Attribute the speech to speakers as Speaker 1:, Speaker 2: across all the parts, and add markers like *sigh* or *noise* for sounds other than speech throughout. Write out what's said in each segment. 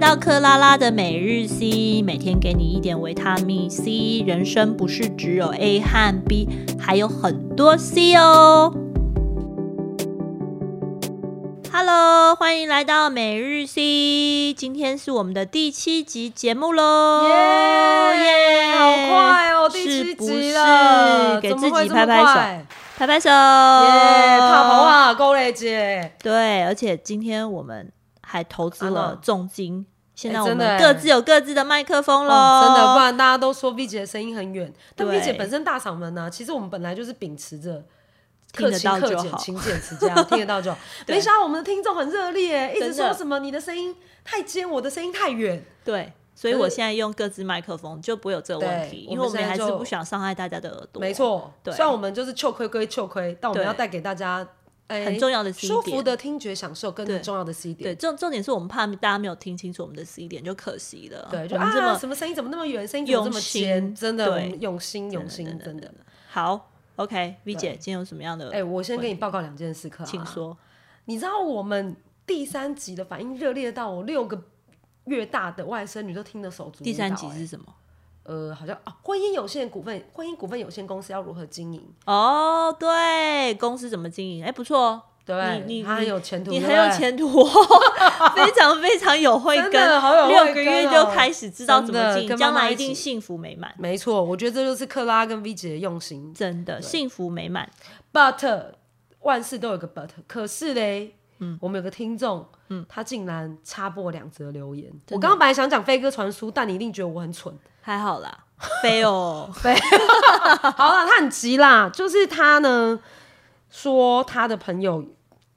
Speaker 1: 到克拉拉的每日 C，每天给你一点维他命 C。人生不是只有 A 和 B，还有很多 C 哦。Hello，欢迎来到每日 C，今天是我们的第七集节目喽！耶
Speaker 2: 好快哦，第
Speaker 1: 是
Speaker 2: 七
Speaker 1: 不
Speaker 2: 集了，
Speaker 1: 是给
Speaker 2: 怎
Speaker 1: 自
Speaker 2: 么会
Speaker 1: 己
Speaker 2: 这
Speaker 1: 拍
Speaker 2: 么
Speaker 1: 拍手，
Speaker 2: 快
Speaker 1: 拍拍手！
Speaker 2: 耶，
Speaker 1: 耶啊
Speaker 2: 怕啊不怕？够嘞，姐。
Speaker 1: 对，而且今天我们还投资
Speaker 2: 啊
Speaker 1: 了
Speaker 2: 哈
Speaker 1: 重金，现
Speaker 2: 哎
Speaker 1: 在我
Speaker 2: 真的
Speaker 1: 们
Speaker 2: 哎
Speaker 1: 各自有各自的麦克风喽、
Speaker 2: 哦真的，不然大家都说 V 姐的声音很远，但
Speaker 1: 嗯对
Speaker 2: V 姐本身大嗓门呢、啊其实我们本来就是秉持着
Speaker 1: 听
Speaker 2: 客
Speaker 1: 得
Speaker 2: 气
Speaker 1: 到
Speaker 2: 客
Speaker 1: 就
Speaker 2: 俭、
Speaker 1: 好
Speaker 2: 勤俭持家， *laughs* 听得到就好。
Speaker 1: 对
Speaker 2: 没想到我们的听众很热烈，一直
Speaker 1: 真的
Speaker 2: 说什么你的声音太尖，我的声音太远。
Speaker 1: 对，所以
Speaker 2: 可是
Speaker 1: 我现在用各自麦克风就不会有这个问题
Speaker 2: 对，
Speaker 1: 因为我
Speaker 2: 我们
Speaker 1: 们
Speaker 2: 现在
Speaker 1: 还是
Speaker 2: 就
Speaker 1: 不想伤害大家的耳朵。
Speaker 2: 没，错，
Speaker 1: 对
Speaker 2: 虽然我们就是糗亏归糗亏，但我们
Speaker 1: 对
Speaker 2: 要带给大家。哎
Speaker 1: 很重要的 C
Speaker 2: 舒服
Speaker 1: 点
Speaker 2: 的听觉享受，跟
Speaker 1: 对
Speaker 2: 很重要的 C
Speaker 1: 对，
Speaker 2: 点，
Speaker 1: 重重点是我们怕大家没有听清楚我们的 C 点，就可惜了。
Speaker 2: 对，就
Speaker 1: 我们这么、
Speaker 2: 啊，什么声音怎么那么远，声音怎么这
Speaker 1: 用
Speaker 2: 么
Speaker 1: 心
Speaker 2: 尖，真的，
Speaker 1: 对
Speaker 2: 我们用心用心，
Speaker 1: 真的
Speaker 2: 真的。
Speaker 1: 好，OK，V
Speaker 2: 对
Speaker 1: 姐今天有什么样的？
Speaker 2: 哎、我先跟你报告两件事，可、啊，
Speaker 1: 请说。
Speaker 2: 你知道我们第三集的反应热烈到我六个月大的外甥女都听得手足、
Speaker 1: 第三集
Speaker 2: 哎
Speaker 1: 是什么？
Speaker 2: 呃，好像啊，婚姻有限股份，婚姻股份有限公司要如何经营？
Speaker 1: 哦，对，公司怎么经营？哎、不错哦，
Speaker 2: 对不对，
Speaker 1: 你你
Speaker 2: 他很有前途，
Speaker 1: 你
Speaker 2: 对
Speaker 1: 很
Speaker 2: 不
Speaker 1: 有
Speaker 2: 对，
Speaker 1: 前途哦， *laughs* 非常非常有慧根，
Speaker 2: 真的好有慧
Speaker 1: 六
Speaker 2: 根
Speaker 1: 个月就开始知道怎么
Speaker 2: 真的
Speaker 1: 进，
Speaker 2: 跟妈
Speaker 1: 将
Speaker 2: 妈
Speaker 1: 来一
Speaker 2: 一起
Speaker 1: 定幸福美满，
Speaker 2: 没错，我觉得这就是克拉跟 V 姐的用心。
Speaker 1: 真的幸福美满。
Speaker 2: But 万事都有个 But，可是嘞。嗯，我们有个听众，嗯，他竟然插播两则留言。我刚刚本来想讲飞鸽传书，但你一定觉得我
Speaker 1: *laughs*
Speaker 2: 很蠢。
Speaker 1: *laughs* 还好啦，飞哦，
Speaker 2: 好了，他很急啦，就是他呢说他的朋友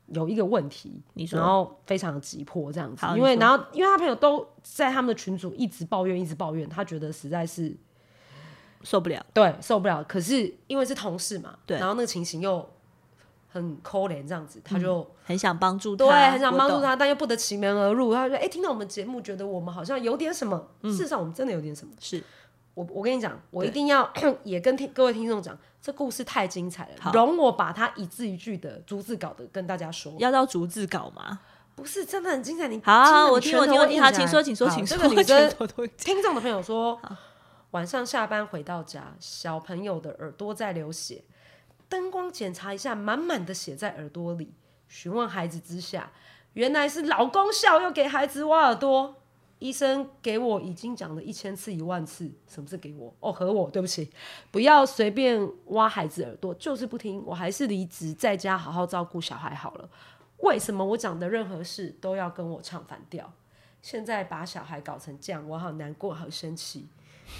Speaker 2: 有一个问题，
Speaker 1: 你说
Speaker 2: 然后非常急迫这样子
Speaker 1: 好，
Speaker 2: 因为
Speaker 1: 你说
Speaker 2: 然后因为他朋友都在他们的群组一直抱怨，一直抱怨，他觉得实在是
Speaker 1: *laughs* 受不了，
Speaker 2: 对受不了。可是因为是同事嘛，
Speaker 1: 对
Speaker 2: 然后那个情形又很抠脸这样子，
Speaker 1: 嗯
Speaker 2: 他就。
Speaker 1: 很想帮助他，
Speaker 2: 对，很想帮助
Speaker 1: 我懂，
Speaker 2: 他，但又不得其门而入。他就说：“哎、听到我们节目，觉得我们好像有点什么。事实上，我们真的有点什么。
Speaker 1: 是
Speaker 2: 我我跟你讲，我
Speaker 1: 嗯
Speaker 2: 一
Speaker 1: 对
Speaker 2: 定要也跟听各位听众讲，这故事太精彩
Speaker 1: 好
Speaker 2: 了，容我把它一字一句的逐字稿的跟大家说。
Speaker 1: 要到逐字稿吗？
Speaker 2: 不是真的很精彩，你
Speaker 1: 好啊
Speaker 2: 真的
Speaker 1: 我
Speaker 2: 你
Speaker 1: 听
Speaker 2: 拳
Speaker 1: 我
Speaker 2: 头
Speaker 1: 听我
Speaker 2: 会
Speaker 1: 听
Speaker 2: 硬
Speaker 1: 好
Speaker 2: 起
Speaker 1: 请
Speaker 2: 来
Speaker 1: 说请说
Speaker 2: 好
Speaker 1: 请
Speaker 2: 这
Speaker 1: 说
Speaker 2: 个
Speaker 1: 我
Speaker 2: 女
Speaker 1: 拳
Speaker 2: 生
Speaker 1: 头都硬起
Speaker 2: 听众的朋友说，晚上下班回到家，小朋友的耳朵在流血，灯光检查一下，满满的血在耳朵里。询问孩子之下，原来是老公笑要给孩子挖耳朵。医生给我已经讲了一千次一万次，什么是给我？哦，和我，对不起，不要随便挖孩子耳朵，就是不听，我还是离职，在家好好照顾小孩好了。为什么我讲的任何事都要跟我唱反调？现在把小孩搞成这样，我好难过，好生气。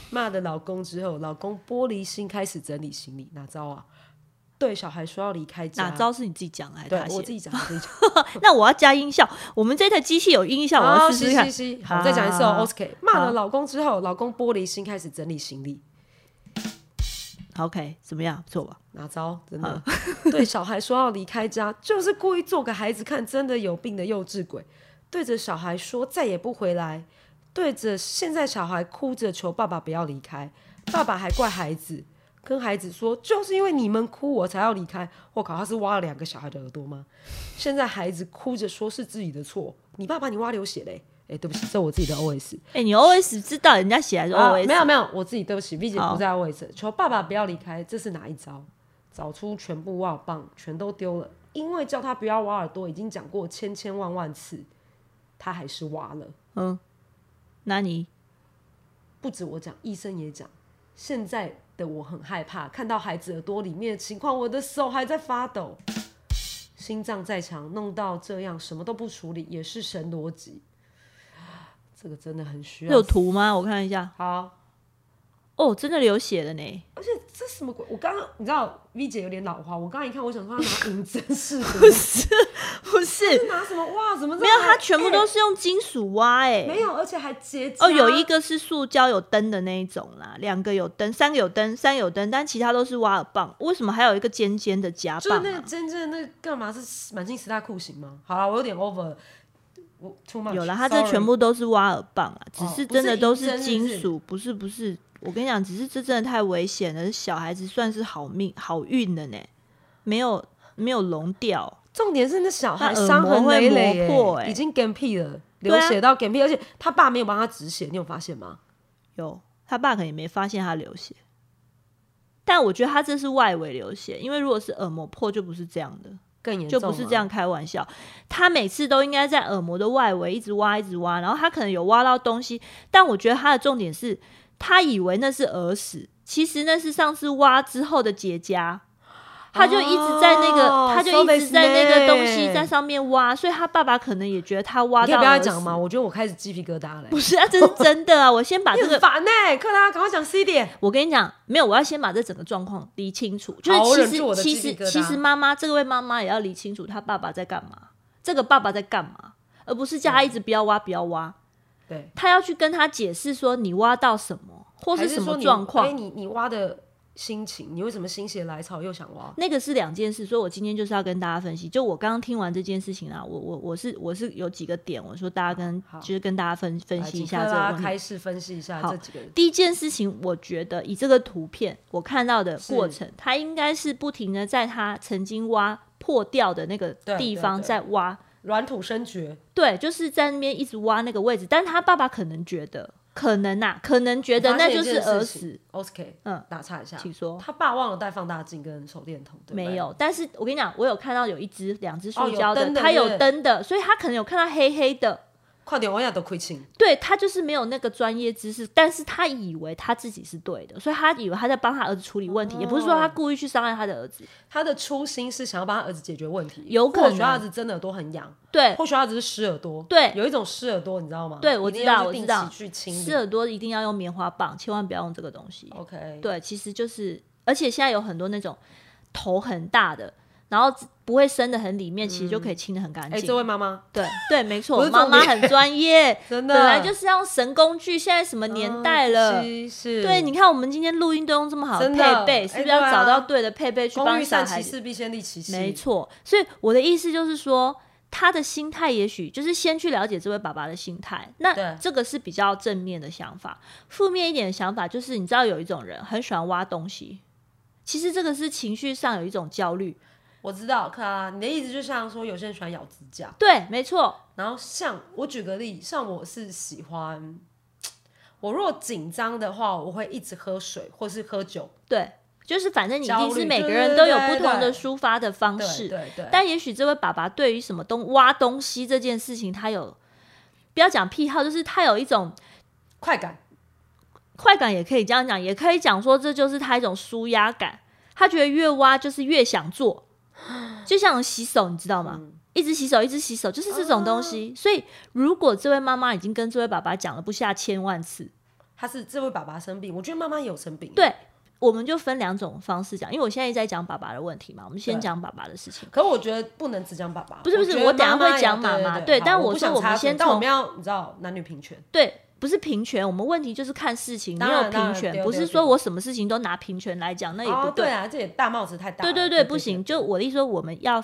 Speaker 2: 骂了老公之后，老公玻璃心，开始整理行李，哪招啊？对小孩说要离开家，
Speaker 1: *laughs* 哪？招是你自己讲的还是
Speaker 2: 对
Speaker 1: 他
Speaker 2: 我
Speaker 1: 写 *laughs* 的？
Speaker 2: 自己讲，我自己讲。
Speaker 1: 那我要加音效，我们这台机器有音效，我
Speaker 2: 好，
Speaker 1: 要试
Speaker 2: 嘻
Speaker 1: 试看
Speaker 2: 嘻。嘻，好，再讲一次
Speaker 1: 啊
Speaker 2: 哦。OK，骂了老公之后，老公玻璃心，开始整理行李，
Speaker 1: OK，怎么样？不错吧？
Speaker 2: 哪招？真的 *laughs* 对小孩说要离开家，就是故意做给孩子看，真的有病的幼稚鬼。对着小孩说再也不回来，对着现在小孩哭着求爸爸不要离开，爸爸还怪孩子，跟孩子说就是因为你们哭我才要离开。我靠，他是挖了两个小孩的耳朵吗？现在孩子哭着说是自己的错，你爸把你挖流血嘞、哎、对不起，这我自己的 OS。
Speaker 1: 哎、你 OS 知道人家写还是
Speaker 2: 啊
Speaker 1: OS？、
Speaker 2: 没有没有，我自己对不起，V 姐
Speaker 1: 好
Speaker 2: 不在位置，求爸爸不要离开，这是哪一招？找出全部挖耳棒，全都丢了，因为叫他不要挖耳朵，已经讲过千千万万次，他还是挖了。
Speaker 1: 嗯，那你
Speaker 2: 不止我讲，医生也讲。现在的我很害怕，看到孩子耳朵里面的情况，我的手还在发抖。心脏再强，弄到这样什么都不处理，也是神逻辑。 *sighs* 这个真的很需
Speaker 1: 有
Speaker 2: 要。
Speaker 1: 图吗？我看一下。
Speaker 2: 好，
Speaker 1: 哦，真的流血了呢。
Speaker 2: 而且这什么鬼？我刚刚你知道 V 姐有点老花，我刚刚一看，我想说她拿银针是
Speaker 1: *laughs*
Speaker 2: 的，
Speaker 1: 不 *laughs* 是，
Speaker 2: 拿什么哇？怎么
Speaker 1: 没
Speaker 2: 没
Speaker 1: 有，它全部都是用金属挖、哎、
Speaker 2: 啊没有，而且还结痂
Speaker 1: 哦，有一个是塑胶有灯的那一种啦，两个有灯，三个有灯，三个有灯，但其他都是挖耳棒。为什么还有一个尖尖的夹
Speaker 2: 就是
Speaker 1: 棒、
Speaker 2: 那个
Speaker 1: 啊？
Speaker 2: 真正的那个干嘛是满清十大酷刑吗？好了，我有点 over，了我 too much，
Speaker 1: 有啦，它这
Speaker 2: sorry
Speaker 1: 全部都是挖耳棒啊，只
Speaker 2: 哦
Speaker 1: 是
Speaker 2: 不
Speaker 1: 真
Speaker 2: 是
Speaker 1: 的都
Speaker 2: 银针是不
Speaker 1: 金
Speaker 2: 是
Speaker 1: 属，不是不是。我跟你讲，只是这真的太危险了，小孩子算是好命好运的呢，没有没有聋掉。
Speaker 2: 重点是那小孩
Speaker 1: 那耳
Speaker 2: 伤痕
Speaker 1: 膜会
Speaker 2: 累累
Speaker 1: 磨
Speaker 2: 耶、
Speaker 1: 破耶欸
Speaker 2: 已经嗝屁了，流
Speaker 1: 对啊
Speaker 2: 血到扁平，而且他爸没有帮他止血，你有发现吗？
Speaker 1: 有，他爸可能也没发现他流血，但我觉得他这是外围流血，因为如果是耳膜破就不是这样的，
Speaker 2: 更严
Speaker 1: 就
Speaker 2: 重
Speaker 1: 不是
Speaker 2: 吗
Speaker 1: 这样开玩笑。他每次都应该在耳膜的外围一直挖，一直挖，然后他可能有挖到东西，但我觉得他的重点是，他以为那是耳屎，其实那是上次挖之后的结痂。他就一直在那个
Speaker 2: 哦
Speaker 1: 他就一
Speaker 2: so
Speaker 1: 直在那个东
Speaker 2: dismay
Speaker 1: 西在上面挖，所以他爸爸可能也觉得他
Speaker 2: 你
Speaker 1: 挖
Speaker 2: 可以
Speaker 1: 到
Speaker 2: 不要
Speaker 1: 耳
Speaker 2: 再
Speaker 1: 屎。 *laughs*
Speaker 2: 讲吗？我觉得我开始鸡皮疙瘩了、欸
Speaker 1: 不是啊，这是真的啊！我先把
Speaker 2: *laughs* 你
Speaker 1: 这个
Speaker 2: 很烦呢、欸克拉，赶快讲 C 点。
Speaker 1: 我跟你讲，没有，我要先把这整个状况理清楚。就
Speaker 2: 好我
Speaker 1: 是
Speaker 2: 忍住我的
Speaker 1: 其
Speaker 2: 鸡
Speaker 1: 实
Speaker 2: 皮
Speaker 1: 其
Speaker 2: 疙瘩
Speaker 1: 实其实妈妈这位妈妈也要理清楚她爸爸在干嘛，这个爸爸在干嘛，而不是叫他一直不要挖不要挖，
Speaker 2: 对，
Speaker 1: 他要去跟他解释说你挖到什么或
Speaker 2: 还
Speaker 1: 什
Speaker 2: 说
Speaker 1: 么
Speaker 2: 你
Speaker 1: 状
Speaker 2: 哎，
Speaker 1: 况，
Speaker 2: 你你挖的心情，你为什么心血来潮又想挖？
Speaker 1: 那个是两件事。所以我今天就是要跟大家分析，就我刚刚听完这件事情啊，我我我是我是有几个点，我说大家跟
Speaker 2: 好
Speaker 1: 就是跟大家分分
Speaker 2: 来
Speaker 1: 析一
Speaker 2: 请
Speaker 1: 下
Speaker 2: 克
Speaker 1: 这个
Speaker 2: 拉
Speaker 1: 问题。
Speaker 2: 开始分析一下
Speaker 1: 好
Speaker 2: 这几个人。
Speaker 1: 第一件事情，我觉得以这个图片我看到的过程，他应该是不停的在他曾经挖破掉的那个
Speaker 2: 对
Speaker 1: 地
Speaker 2: 对
Speaker 1: 方
Speaker 2: 对
Speaker 1: 在挖，
Speaker 2: 软土生绝，
Speaker 1: 对，就是在那边一直挖那个位置。但他爸爸可能觉得，可能呐、可能觉
Speaker 2: 我
Speaker 1: 得
Speaker 2: 发
Speaker 1: 那
Speaker 2: 现
Speaker 1: 就
Speaker 2: 一
Speaker 1: 是
Speaker 2: 件事
Speaker 1: 儿
Speaker 2: 情
Speaker 1: 死。。
Speaker 2: OK，
Speaker 1: 嗯，
Speaker 2: 打岔一下，
Speaker 1: 请说
Speaker 2: 他爸忘了带放大镜跟手电筒，对不对
Speaker 1: 没。有，但是我跟你讲，我有看到有一只、两只
Speaker 2: 哦
Speaker 1: 塑
Speaker 2: 有
Speaker 1: 胶的，
Speaker 2: 灯的
Speaker 1: 它
Speaker 2: 是不
Speaker 1: 有
Speaker 2: 是
Speaker 1: 灯的，所以他可能有看到黑黑的。
Speaker 2: 快点，我也都亏清。
Speaker 1: 对他就是没有那个专业知识，但是他以为他自己是对的，所以他以为他在帮他儿子处理问题，也不是说
Speaker 2: 哦
Speaker 1: 他故意去伤害他的儿子。
Speaker 2: 他的初心是想要帮他儿子解决问题，
Speaker 1: 有可能
Speaker 2: 或许他儿子真的耳朵很痒，
Speaker 1: 对，
Speaker 2: 或许他儿子是湿耳朵，
Speaker 1: 对
Speaker 2: 有一种湿耳朵，你知道吗？
Speaker 1: 对我
Speaker 2: 一定
Speaker 1: 知道
Speaker 2: 要去
Speaker 1: 我知
Speaker 2: 定
Speaker 1: 道
Speaker 2: 期去清理。
Speaker 1: 湿耳朵一定要用棉花棒，千万不要用这个东西。
Speaker 2: OK，
Speaker 1: 对，其实就是，而且现在有很多那种头很大的，然后不会伸的很里面，其实就可以清的很干
Speaker 2: 哎、
Speaker 1: 净。
Speaker 2: 这位妈妈
Speaker 1: 对对，没
Speaker 2: 不
Speaker 1: 错，
Speaker 2: 是
Speaker 1: 妈
Speaker 2: 重
Speaker 1: 妈
Speaker 2: 点
Speaker 1: 很专业，
Speaker 2: 真的嗯
Speaker 1: 本来就是要用神工具，现在什么年代了？
Speaker 2: 是是，
Speaker 1: 对，你看我们今天录音都用这么好的
Speaker 2: 真的
Speaker 1: 配备，是
Speaker 2: 哎
Speaker 1: 不是要
Speaker 2: 对啊
Speaker 1: 找到对的配备去
Speaker 2: 工
Speaker 1: 帮
Speaker 2: 欲
Speaker 1: 小
Speaker 2: 善
Speaker 1: 孩
Speaker 2: 其
Speaker 1: 子
Speaker 2: 事，必先利其器。
Speaker 1: 没错，所以我的意思就是说，他的心态也许就是先去了解这位爸爸的心态，那
Speaker 2: 对
Speaker 1: 这个是比较正面的想法。负面一点的想法就是，你知道有一种人很喜欢挖东西，其实这个是情绪上有一种焦虑。
Speaker 2: 我知道，克拉，你的意思就像说有些人喜欢咬指甲，
Speaker 1: 对，没错，
Speaker 2: 然后像我举个例，像我是喜欢，我如果紧张的话，我会一直喝水或是喝酒，
Speaker 1: 对，就是反正你一定
Speaker 2: 焦
Speaker 1: 是
Speaker 2: 虑
Speaker 1: 每个
Speaker 2: 对对
Speaker 1: 人
Speaker 2: 对
Speaker 1: 都有
Speaker 2: 对
Speaker 1: 不同的
Speaker 2: 对
Speaker 1: 抒发的方
Speaker 2: 对
Speaker 1: 式，
Speaker 2: 对对。
Speaker 1: 但也许这位爸爸对于什么东挖东西这件事情，他有不要讲癖好，就是他有一种
Speaker 2: 快感，
Speaker 1: 快感也可以这样讲，也可以讲说这就是他一种舒压感。他觉得越挖就是越想做，
Speaker 2: *gasps*
Speaker 1: 就像洗手，你知道
Speaker 2: 嗯
Speaker 1: 吗？一直洗手，一直洗手，就是这种东西。
Speaker 2: 啊
Speaker 1: 所以，如果这位妈妈已经跟这位爸爸讲了不下千万次，
Speaker 2: 他是这位爸爸生病，我觉得妈妈也有生病。
Speaker 1: 对我们就分两种方式讲，因为我现在一直在讲爸爸的问题嘛，我们先
Speaker 2: 对
Speaker 1: 讲爸爸的事情。
Speaker 2: 可我觉得不能只讲爸爸，
Speaker 1: 不是不是
Speaker 2: 我觉得
Speaker 1: 我等下
Speaker 2: 妈妈
Speaker 1: 会讲妈
Speaker 2: 也
Speaker 1: 妈
Speaker 2: 对
Speaker 1: 对
Speaker 2: 好
Speaker 1: 但
Speaker 2: 我
Speaker 1: 我说
Speaker 2: 不想
Speaker 1: 我们
Speaker 2: 插嘴
Speaker 1: 先
Speaker 2: 但我
Speaker 1: 从
Speaker 2: 们要你知道男女平权，
Speaker 1: 对，不是平权，我们问题就是看事情，没
Speaker 2: 当然
Speaker 1: 有
Speaker 2: 当
Speaker 1: 平
Speaker 2: 然对
Speaker 1: 权，
Speaker 2: 对
Speaker 1: 不是
Speaker 2: 对
Speaker 1: 说我什么事情都拿平权来讲，那也不
Speaker 2: 哦对啊，这也大帽子太大了，
Speaker 1: 对对对，不行。就我的意思说，我们要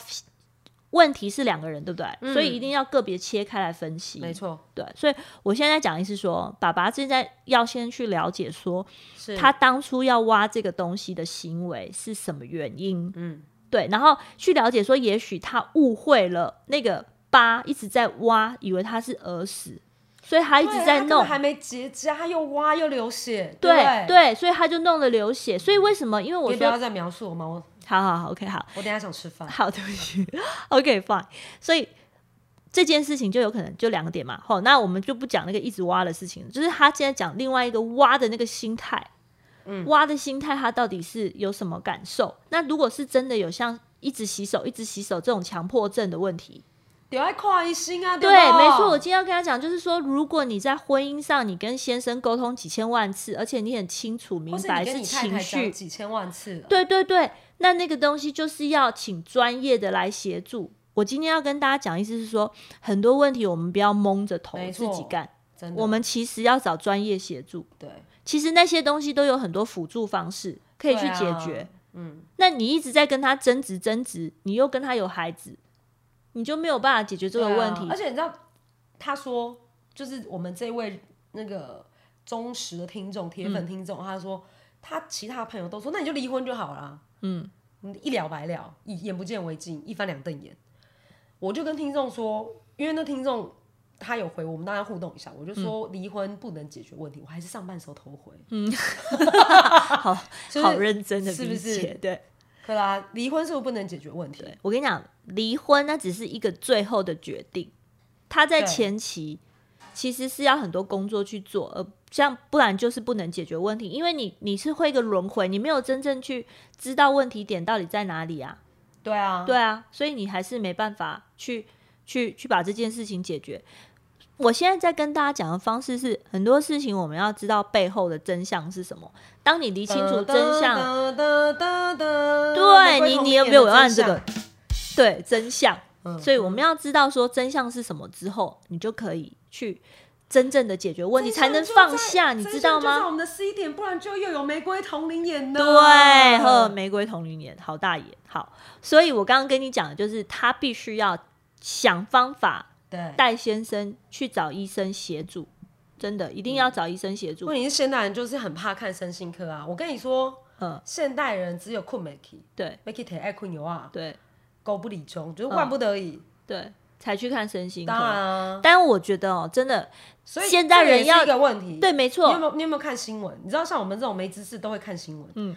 Speaker 1: 问题是两个人，对不对？所以一定要个别切开来分析。
Speaker 2: 嗯没错，
Speaker 1: 对，所以我现在讲的是说，爸爸现在要先去了解说，
Speaker 2: 是
Speaker 1: 他当初要挖这个东西的行为是什么原因。
Speaker 2: 嗯，
Speaker 1: 对，然后去了解说，也许他误会了那个疤一直在挖，以为他是耳屎，所以他一
Speaker 2: 对
Speaker 1: 直
Speaker 2: 啊
Speaker 1: 在
Speaker 2: 他根本
Speaker 1: 弄。
Speaker 2: 还没结痂，他又挖又流血，对不
Speaker 1: 对对，所以他就弄了流血。所以为什么？因为
Speaker 2: 你
Speaker 1: 我
Speaker 2: 也不要
Speaker 1: 说，
Speaker 2: 再描述我吗？我
Speaker 1: 好好好，OK，好，
Speaker 2: 我等一下想吃饭。
Speaker 1: 好，对不起，OK fine。所以这件事情就有可能就两个点嘛。好，那我们就不讲那个一直挖的事情，就是他现在讲另外一个挖的那个心态，嗯，挖的心态他到底是有什么感受？那如果是真的有像一直洗手、一直洗手这种强迫症的问题，
Speaker 2: *laughs* 有爱跨一心啊，
Speaker 1: 对，
Speaker 2: 吧
Speaker 1: 没错，我今天要跟他讲，就是说，如果你在婚姻上你跟先生沟通几千万次，而且你很清楚明
Speaker 2: 或是
Speaker 1: 白
Speaker 2: 你跟你太
Speaker 1: 情
Speaker 2: 太
Speaker 1: 绪
Speaker 2: 讲，几千万次了，
Speaker 1: 对对对，那那个东西就是要请专业的来协助。我今天要跟大家讲，意思是说，很多问题我们不要蒙着头
Speaker 2: 没
Speaker 1: 自己
Speaker 2: 错
Speaker 1: 干，
Speaker 2: 真的，
Speaker 1: 我们其实要找专业协助。
Speaker 2: 对
Speaker 1: 其实那些东西都有很多辅助方式可以去解决。
Speaker 2: 对啊嗯，
Speaker 1: 那你一直在跟他争执争执，你又跟他有孩子，你就没有办法解决这个
Speaker 2: 对啊
Speaker 1: 问题。
Speaker 2: 而且你知道，他说就是我们这位那个忠实的听众、铁
Speaker 1: 嗯
Speaker 2: 粉听众，他说他其他朋友都说，那你就离婚就好啦。嗯，一了百了，一眼不见为净，一翻两瞪眼。我就跟听众说，因为那听众他有回我们，大家互动一下。我就说
Speaker 1: 嗯
Speaker 2: 离婚不能解决问题，我还是上班时候偷回。 *laughs*
Speaker 1: 好
Speaker 2: 就是
Speaker 1: 好认真的
Speaker 2: 是不
Speaker 1: 理解，
Speaker 2: 是
Speaker 1: 对。
Speaker 2: 对啦，离婚是不是不能解决问题？
Speaker 1: 我跟你讲，离婚那只是一个最后的决定，他在
Speaker 2: 对
Speaker 1: 前期其实是要很多工作去做，而像不然就是不能解决问题，因为你你是会一个轮回，你没有真正去知道问题点到底在哪里啊，
Speaker 2: 对啊，
Speaker 1: 对啊，所以你还是没办法去去去把这件事情解决。我现在在跟大家讲的方式是，很多事情我们要知道背后的真相是什么。当你理清
Speaker 2: 呃
Speaker 1: 楚真相，
Speaker 2: 哒哒哒哒。
Speaker 1: 对你，你有没有按这个
Speaker 2: 玫？
Speaker 1: 对，真相。
Speaker 2: 嗯
Speaker 1: 所以我们要知道说真相是什么之后，你就可以去真正的解决问题，
Speaker 2: 瑰
Speaker 1: 才
Speaker 2: 同
Speaker 1: 能
Speaker 2: 林
Speaker 1: 放下，你知道
Speaker 2: 真相就在我
Speaker 1: 吗？
Speaker 2: 们的 C 点，不然就又有玫瑰同林眼呢。
Speaker 1: 对，呵，
Speaker 2: 嗯
Speaker 1: 玫瑰同龄年，好大爷，好。所以我刚刚跟你讲的就是，他必须要想方法
Speaker 2: 对。
Speaker 1: 带先生去找医生协助，真的一定
Speaker 2: 嗯
Speaker 1: 要找医生协助。
Speaker 2: 问题是现代人就是很怕看身心科啊。我跟你说，
Speaker 1: 嗯，
Speaker 2: 现代人只有困 Mickey
Speaker 1: 对
Speaker 2: Mickey 太爱困牛啊，
Speaker 1: 对
Speaker 2: 狗不理穷，
Speaker 1: 嗯
Speaker 2: 就是万不得已。
Speaker 1: 对，才去看身心
Speaker 2: 当然
Speaker 1: 科。
Speaker 2: 啊，
Speaker 1: 但我觉得哦，真的，
Speaker 2: 所以
Speaker 1: 现代人要
Speaker 2: 这也是一个问题。
Speaker 1: 对，没
Speaker 2: 你有
Speaker 1: 错，
Speaker 2: 没有你有没有看新闻？你知道像我们这种没知识都会看新闻。
Speaker 1: 嗯，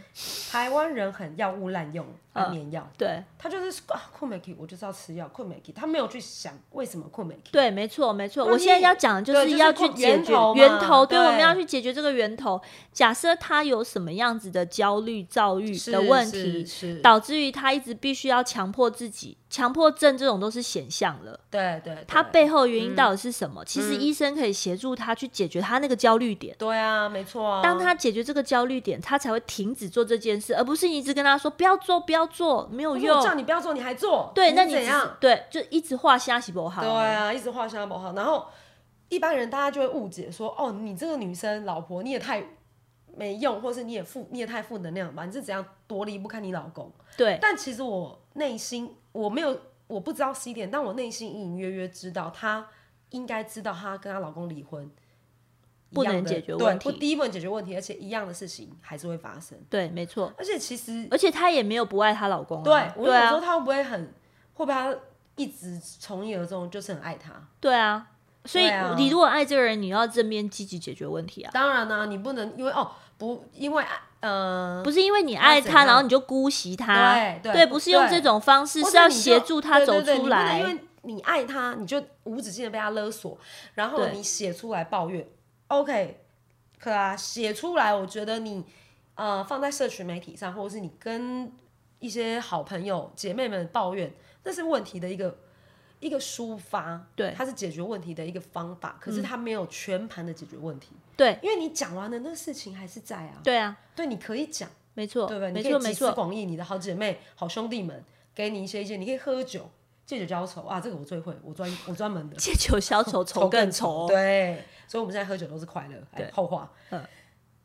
Speaker 2: 台湾人很药物滥用，
Speaker 1: 嗯
Speaker 2: 安眠药，
Speaker 1: 对
Speaker 2: 他就是啊困 Mickey 我就是要吃药，困 Mickey 他没有去想为什么困 Mickey。
Speaker 1: 对，没错，没错。
Speaker 2: 那
Speaker 1: 我现在
Speaker 2: 你
Speaker 1: 要讲的就
Speaker 2: 对
Speaker 1: 是
Speaker 2: 就是
Speaker 1: 要去
Speaker 2: 过
Speaker 1: 解
Speaker 2: 源
Speaker 1: 决
Speaker 2: 头
Speaker 1: 源
Speaker 2: 嘛
Speaker 1: 头，对，我们
Speaker 2: 对
Speaker 1: 要去解决这个源头。假设他有什么样子的焦虑、躁郁
Speaker 2: 是
Speaker 1: 的问题，
Speaker 2: 是，是
Speaker 1: 导致于他一直必须要强迫自己，强迫症这种都是显象了。
Speaker 2: 对对，对嗯
Speaker 1: 他背后原因到底是什么？其实医生可以协助他去解决他那个焦虑点。
Speaker 2: 对啊，没错啊。
Speaker 1: 当他解决这个焦虑点，他才会停止做这件事，而不是你一直跟他说不要做，不要做，没有
Speaker 2: 我说
Speaker 1: 用
Speaker 2: 我。叫你不要做，你还做，
Speaker 1: 对，那
Speaker 2: 你
Speaker 1: 你
Speaker 2: 怎
Speaker 1: 只是
Speaker 2: 样？
Speaker 1: 对，就一直画虾洗不好。
Speaker 2: 对啊，一直画虾不好。然后一般人大家就会误解说，哦，你这个女生老婆你也太没用，或是你也负你也太负能量了吧？你是怎样多离不开你老公？
Speaker 1: 对，
Speaker 2: 但其实我内心我没有我不知道 C 点，但我内心隐隐约约知道，她应该知道她跟她老公离婚。
Speaker 1: 不
Speaker 2: 一样
Speaker 1: 能
Speaker 2: 的
Speaker 1: 解决
Speaker 2: 对
Speaker 1: 问题
Speaker 2: 不第一不能解决问题，而且一样的事情还是会发生。
Speaker 1: 对，没错。
Speaker 2: 而且其实
Speaker 1: 而且她也没有不爱她老公、
Speaker 2: 对
Speaker 1: 啊，，
Speaker 2: 我
Speaker 1: 对
Speaker 2: 想说
Speaker 1: 啊，
Speaker 2: 他会不会很，会不会他一直从一而终，就是很爱他？
Speaker 1: 对啊。所以
Speaker 2: 对啊
Speaker 1: 你如果爱这个人，你要正面积极解决问题啊，
Speaker 2: 当然啦、你不能因为哦不，因为爱呃，
Speaker 1: 不是因为你爱
Speaker 2: 那怎
Speaker 1: 他，
Speaker 2: 样
Speaker 1: 然后你就姑息他，
Speaker 2: 对对
Speaker 1: 不是用
Speaker 2: 对
Speaker 1: 这种方式，
Speaker 2: 或
Speaker 1: 是要
Speaker 2: 你就
Speaker 1: 协助他
Speaker 2: 对
Speaker 1: 走
Speaker 2: 对对
Speaker 1: 出
Speaker 2: 你不能
Speaker 1: 来。
Speaker 2: 因为你爱他，你就无止境的被他勒索，然后
Speaker 1: 对
Speaker 2: 你写出来抱怨，OK，可啊，写出来，我觉得你呃放在社群媒体上，或者是你跟一些好朋友姐妹们抱怨，那是问题的一个。一个抒发，
Speaker 1: 对嗯
Speaker 2: 它是解决问题的一个方法，可是它没有全盘的解决问题，
Speaker 1: 对
Speaker 2: 因为你讲完的那事情还是在啊，
Speaker 1: 对啊，
Speaker 2: 对，你可以讲，
Speaker 1: 没错，
Speaker 2: 对吧？
Speaker 1: 没
Speaker 2: 你可以
Speaker 1: 错，
Speaker 2: 集
Speaker 1: 没
Speaker 2: 思 *laughs*
Speaker 1: 错，
Speaker 2: 广益，你的好姐妹、好兄弟们给你一些意见，你可以喝酒，借酒浇愁啊，这个我最会，我专我专门的
Speaker 1: 借酒消愁， *laughs* 愁更愁。
Speaker 2: 对，所以我们现在喝酒都是快乐，哎
Speaker 1: 对，
Speaker 2: 后话。
Speaker 1: 嗯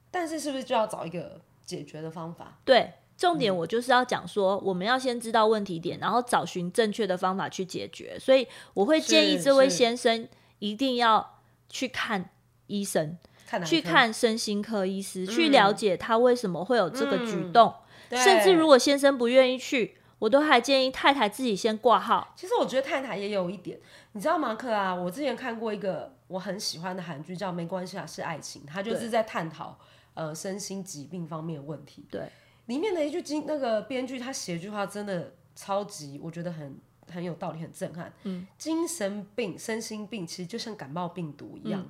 Speaker 2: 但是是不是就要找一个解决的方法？
Speaker 1: 对，重
Speaker 2: 嗯
Speaker 1: 点我就是要讲说，我们要先知道问题点，然后找寻正确的方法去解决。所以我会建议
Speaker 2: 是
Speaker 1: 这位
Speaker 2: 是
Speaker 1: 先生一定要去看医生。
Speaker 2: 看哪一
Speaker 1: 去
Speaker 2: 科，
Speaker 1: 看身心科医师，去了解他为什么会有这个举动。
Speaker 2: 对
Speaker 1: 甚至如果先生不愿意去，我都还建议太太自己先挂号。
Speaker 2: 其实我觉得太太也有一点，你知道吗？克啊，我之前看过一个我很喜欢的韩剧，叫《没关系啊是爱情》，它就
Speaker 1: 对
Speaker 2: 是在探讨呃身心疾病方面的问题。
Speaker 1: 对，
Speaker 2: 里面的一句经那个编剧他写一句话真的超级，我觉得很很有道理，很震撼。嗯，精神病、身心病其实就像感冒病毒一
Speaker 1: 嗯
Speaker 2: 样，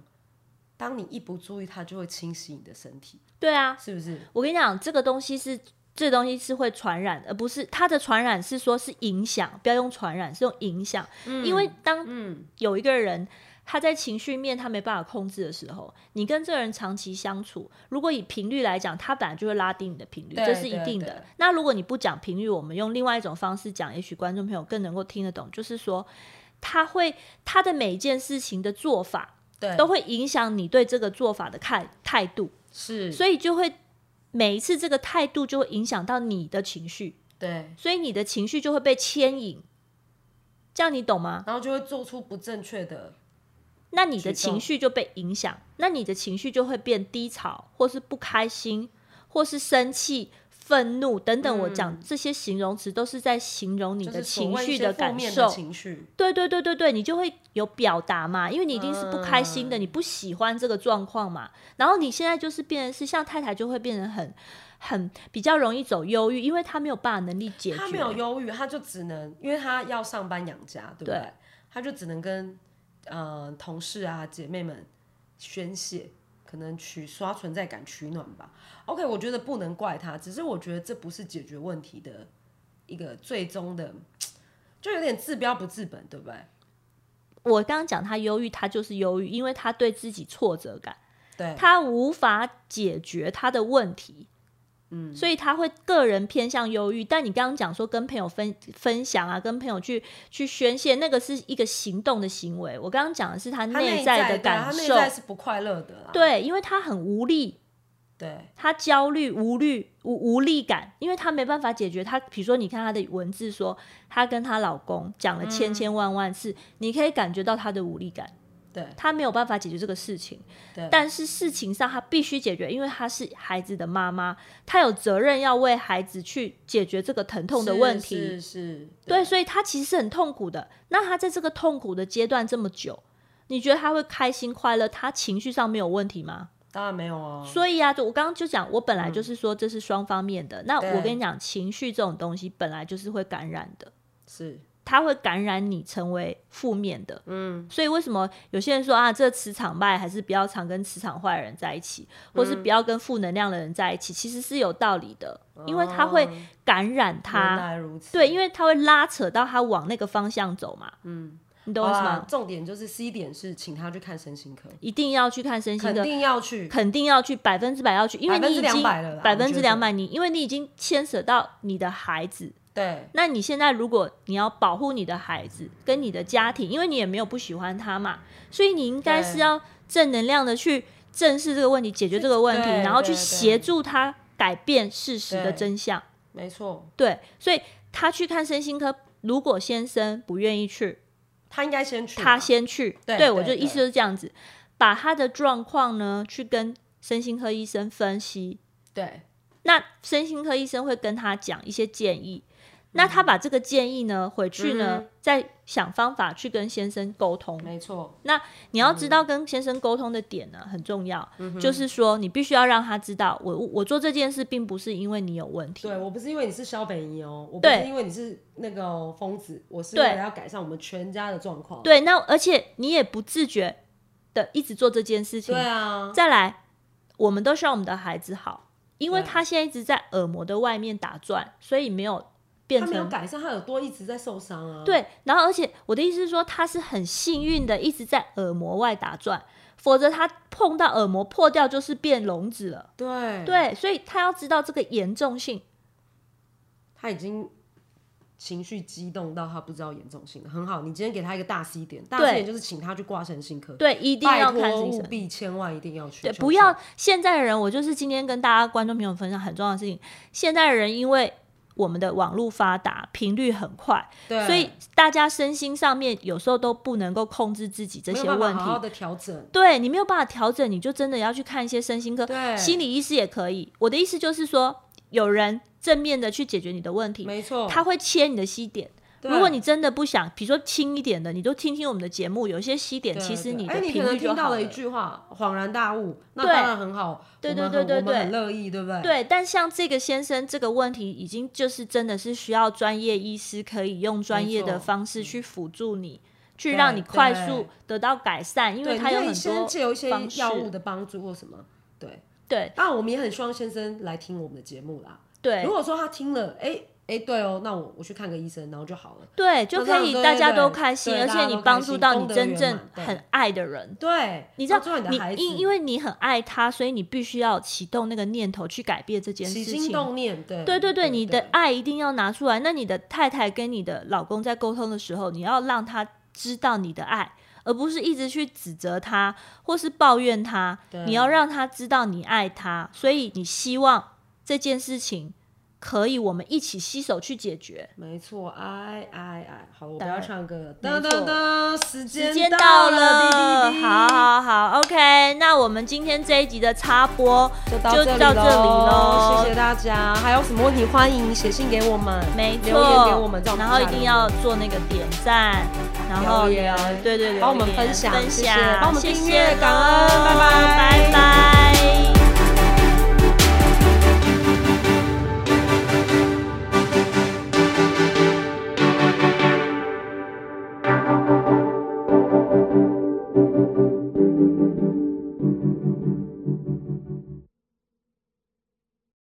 Speaker 2: 当你一不注意，它就会侵袭你的身体，
Speaker 1: 对啊，
Speaker 2: 是不是？
Speaker 1: 我跟你讲，这个东西是这东西是会传染，而不是它的传染是说是影响，不要用传染，是用影响。
Speaker 2: 嗯
Speaker 1: 因为当有一个人。他在情绪面他没办法控制的时候，你跟这个人长期相处，如果以频率来讲，他本来就会拉低你的频率，
Speaker 2: 对
Speaker 1: 这是一定
Speaker 2: 对对
Speaker 1: 的。那如果你不讲频率，我们用另外一种方式讲，也许观众朋友更能够听得懂，就是说他会他的每一件事情的做法
Speaker 2: 对，
Speaker 1: 都会影响你对这个做法的看态度。
Speaker 2: 是，
Speaker 1: 所以就会每一次这个态度就会影响到你的情绪，
Speaker 2: 对，
Speaker 1: 所以你的情绪就会被牵引，这样你懂吗？
Speaker 2: 然后就会做出不正确的，
Speaker 1: 那你的
Speaker 2: 举动
Speaker 1: 情绪就被影响，那你的情绪就会变低潮，或是不开心，或是生气、愤怒等等，我讲这些形容词都是在形容你
Speaker 2: 嗯就是
Speaker 1: 的
Speaker 2: 所
Speaker 1: 情
Speaker 2: 谓一
Speaker 1: 绪
Speaker 2: 些
Speaker 1: 的
Speaker 2: 负
Speaker 1: 感
Speaker 2: 面
Speaker 1: 受。
Speaker 2: 的情绪，
Speaker 1: 对对对对对，你就会有表达嘛，因为你一定是不开心的，你不喜欢这个状况嘛。然后你现在就是变成是像太太，就会变得很很比较容易走忧郁，因为她没有办法能力解决。
Speaker 2: 他没有忧郁，他就只能，因为他要上班养家，对不对？
Speaker 1: 对
Speaker 2: 他就只能跟呃同事啊姐妹们宣泄，可能取刷存在感取暖吧。OK，我觉得不能怪他，只是我觉得这不是解决问题的一个最终的，就有点治标不治本，对不对？
Speaker 1: 我刚刚讲她忧郁，她就是忧郁，因为她对自己挫折感，
Speaker 2: 对，
Speaker 1: 她无法解决她的问题。嗯，所以她会个人偏向忧郁，但你刚刚讲说跟朋友分分享啊，跟朋友去去宣泄，那个是一个行动的行为。我刚刚讲的是她
Speaker 2: 他内
Speaker 1: 在
Speaker 2: 对啊
Speaker 1: 的感
Speaker 2: 他内
Speaker 1: 受，
Speaker 2: 在是不快乐的啦。
Speaker 1: 对，因为他很无力，
Speaker 2: 对，
Speaker 1: 他焦虑、无虑、无无力感，因为他没办法解决。他比如说，你看他的文字说，她跟她老公讲了
Speaker 2: 嗯
Speaker 1: 千千万万次，你可以感觉到他的无力感，
Speaker 2: 对，
Speaker 1: 他没有办法解决这个事情
Speaker 2: 对。
Speaker 1: 但是事情上他必须解决，因为他是孩子的妈妈，他有责任要为孩子去解决这个疼痛的问题。
Speaker 2: 是是是，
Speaker 1: 对，所以他其实是很痛苦的。那他在这个痛苦的阶段这么久，你觉得他会开心快乐？他情绪上没有问题吗？
Speaker 2: 当然没有啊。
Speaker 1: 所以啊，就我刚刚就讲，我本来就是说这是双方面的。那
Speaker 2: 嗯对
Speaker 1: 我跟你讲，情绪这种东西本来就是会感染的，
Speaker 2: 是，
Speaker 1: 它会感染你成为负面的。
Speaker 2: 嗯，
Speaker 1: 所以为什么有些人说啊，这磁场卖还是不要常跟磁场坏的人在一起，或
Speaker 2: 嗯
Speaker 1: 是不要跟负能量的人在一起，其实是有道理的，因为它会
Speaker 2: 哦
Speaker 1: 感染
Speaker 2: 原
Speaker 1: 他。
Speaker 2: 来如此。
Speaker 1: 啊对，因为它会拉扯到他往那个方向走嘛。嗯，你懂我意思
Speaker 2: 好啦
Speaker 1: 吗？
Speaker 2: 重点就是 C 点是请他去看身心科，
Speaker 1: 一定要去看身心
Speaker 2: 肯
Speaker 1: 科，
Speaker 2: 定要去。
Speaker 1: 肯定要去百分之百要去，因为你已经
Speaker 2: 200%了啦
Speaker 1: 百分之
Speaker 2: 我觉得
Speaker 1: 两百，你因为你已经牵扯到你的孩子，
Speaker 2: 对
Speaker 1: 那你现在如果你要保护你的孩子跟你的家庭，因为你也没有不喜欢他嘛，所以你应该
Speaker 2: 对
Speaker 1: 是要正能量的去正视这个问题，解决这个问题，
Speaker 2: 对
Speaker 1: 然后去
Speaker 2: 对对
Speaker 1: 协助他改变事实的
Speaker 2: 对
Speaker 1: 真相。
Speaker 2: 没错，
Speaker 1: 对，所以他去看身心科，如果先生不愿意去，
Speaker 2: 他应该先去嘛。
Speaker 1: 他先去。
Speaker 2: 对对
Speaker 1: 我就意思
Speaker 2: 对
Speaker 1: 就是这样子，把他的状况呢去跟身心科医生分析。
Speaker 2: 对
Speaker 1: 那身心科医生会跟他讲一些建议，那
Speaker 2: 嗯
Speaker 1: 他把这个建议呢回去呢，再想方法去跟先生沟通。
Speaker 2: 没错，
Speaker 1: 你要知道跟先生沟通的点呢很重要，
Speaker 2: 嗯
Speaker 1: 就是说你必须要让他知道，我我做这件事并不是因为你有问题，
Speaker 2: 对我不是因为你是萧北怡哦，我不
Speaker 1: 对
Speaker 2: 是因为你是那个疯子，我是
Speaker 1: 对
Speaker 2: 为了要改善我们全家的状况。
Speaker 1: 对，那而且你也不自觉的一直做这件事情
Speaker 2: 对，啊，
Speaker 1: 再来，我们都希望我们的孩子好，因为
Speaker 2: 对啊
Speaker 1: 他现在一直在耳膜的外面打转，所以没有变
Speaker 2: 他没有
Speaker 1: 成
Speaker 2: 改善，他耳朵一直在受伤啊。，
Speaker 1: 对。然后，而且我的意思是说，他是很幸运的，一直在耳膜外打转，否则他碰到耳膜破掉就是变聋子了。
Speaker 2: 对，
Speaker 1: 对，所以他要知道这个严重性。
Speaker 2: 他已经情绪激动到他不知道严重性了。很好，你今天给他一个大 C 点，大 C
Speaker 1: 对
Speaker 2: 点就是请他去挂身心科，
Speaker 1: 对，一定
Speaker 2: 拜
Speaker 1: 要看
Speaker 2: 托
Speaker 1: 医
Speaker 2: 务
Speaker 1: 生。
Speaker 2: 必千万一定要去，
Speaker 1: 对，
Speaker 2: 求
Speaker 1: 不
Speaker 2: 求
Speaker 1: 要现在的人，我就是今天跟大家观众朋友分享很重要的事情。现在的人因为我们的网络发达，频率很快，
Speaker 2: 对，
Speaker 1: 所以大家身心上面有时候都不能够控制自己这
Speaker 2: 没有
Speaker 1: 些
Speaker 2: 办法
Speaker 1: 问题，
Speaker 2: 好好的调整。
Speaker 1: 对你没有办法调整，你就真的要去看一些身心科，
Speaker 2: 对，
Speaker 1: 心理医师也可以。我的意思就是说，有人正面的去解决你的问题，
Speaker 2: 没错，
Speaker 1: 他会切你的西点。
Speaker 2: 对
Speaker 1: 如果你真的不想，比如说轻一点的，你就听听我们的节目，有一些西点
Speaker 2: 对
Speaker 1: 其实
Speaker 2: 对
Speaker 1: 你
Speaker 2: 哎
Speaker 1: 的
Speaker 2: 可
Speaker 1: 频
Speaker 2: 能
Speaker 1: 率就
Speaker 2: 听到
Speaker 1: 好
Speaker 2: 了一
Speaker 1: 了。
Speaker 2: 句话，恍然大悟，那
Speaker 1: 对
Speaker 2: 当然很好，
Speaker 1: 对
Speaker 2: 我
Speaker 1: 对
Speaker 2: 们
Speaker 1: 对
Speaker 2: 很
Speaker 1: 对
Speaker 2: 我们
Speaker 1: 对
Speaker 2: 很乐意，对不对？
Speaker 1: 对，但像这个先生这个问题，已经就是真的是需要专业医师可以用专业
Speaker 2: 没
Speaker 1: 的
Speaker 2: 错
Speaker 1: 方式去辅助你，去
Speaker 2: 对
Speaker 1: 让你快
Speaker 2: 对
Speaker 1: 速得到改善，因
Speaker 2: 对，
Speaker 1: 为
Speaker 2: 你
Speaker 1: 他有
Speaker 2: 可以
Speaker 1: 很
Speaker 2: 先
Speaker 1: 多
Speaker 2: 借由一些
Speaker 1: 方式
Speaker 2: 药物的帮助或什么。对，
Speaker 1: 对
Speaker 2: 当然我们也很希望先生来听我们的节目啦。
Speaker 1: 对
Speaker 2: 如果说他听了，哎哎，对哦，那我我去看个医生，然后就好了。
Speaker 1: 对，就
Speaker 2: 那
Speaker 1: 可
Speaker 2: 这
Speaker 1: 以
Speaker 2: 样
Speaker 1: 大
Speaker 2: 对
Speaker 1: 家
Speaker 2: 对
Speaker 1: 都
Speaker 2: 对
Speaker 1: 开心，
Speaker 2: 对
Speaker 1: 而
Speaker 2: 大
Speaker 1: 且
Speaker 2: 家
Speaker 1: 你
Speaker 2: 都开
Speaker 1: 帮助
Speaker 2: 心
Speaker 1: 到
Speaker 2: 功
Speaker 1: 你
Speaker 2: 德
Speaker 1: 真
Speaker 2: 圆
Speaker 1: 正
Speaker 2: 满对
Speaker 1: 很爱的人。
Speaker 2: 对，
Speaker 1: 你知道
Speaker 2: 帮哦助到你，的
Speaker 1: 你
Speaker 2: 孩子
Speaker 1: 因因为你很爱他，所以你必须要启动那个念头去改变这件
Speaker 2: 起
Speaker 1: 事
Speaker 2: 心
Speaker 1: 情。
Speaker 2: 动念，对
Speaker 1: 对对对，你的
Speaker 2: 对
Speaker 1: 爱一定要拿出来。那你的太太跟你的老公在沟通的时候，你要让他知道你的爱，而不是一直去指责他或是抱怨他
Speaker 2: 对。
Speaker 1: 你要让他知道你爱他，所以你希望这件事情可以我们一起携手去解决。
Speaker 2: 没错，哎哎哎，好，我不
Speaker 1: 当
Speaker 2: 要
Speaker 1: 然
Speaker 2: 唱歌了，
Speaker 1: 没
Speaker 2: 噔
Speaker 1: 错
Speaker 2: 噔噔，时
Speaker 1: 时
Speaker 2: 间
Speaker 1: 间到
Speaker 2: 了，
Speaker 1: 了
Speaker 2: 滴滴，滴，
Speaker 1: 好，好好，OK，那我们今天这一集的插播
Speaker 2: 就到
Speaker 1: 就
Speaker 2: 这里
Speaker 1: 到这里
Speaker 2: 喽，
Speaker 1: 喽
Speaker 2: 谢谢大家，还有什么问题欢迎写信给我们，
Speaker 1: 没错，
Speaker 2: 留言给我们，在我们
Speaker 1: 然后
Speaker 2: 底
Speaker 1: 一
Speaker 2: 下
Speaker 1: 定
Speaker 2: 留
Speaker 1: 要
Speaker 2: 言
Speaker 1: 做那个点赞，然后
Speaker 2: 留言
Speaker 1: 对对对，
Speaker 2: 帮我们
Speaker 1: 留言
Speaker 2: 分享
Speaker 1: 分
Speaker 2: 谢谢
Speaker 1: 享，
Speaker 2: 帮我们
Speaker 1: 谢
Speaker 2: 订
Speaker 1: 谢
Speaker 2: 阅感恩
Speaker 1: 喽
Speaker 2: 拜拜
Speaker 1: 拜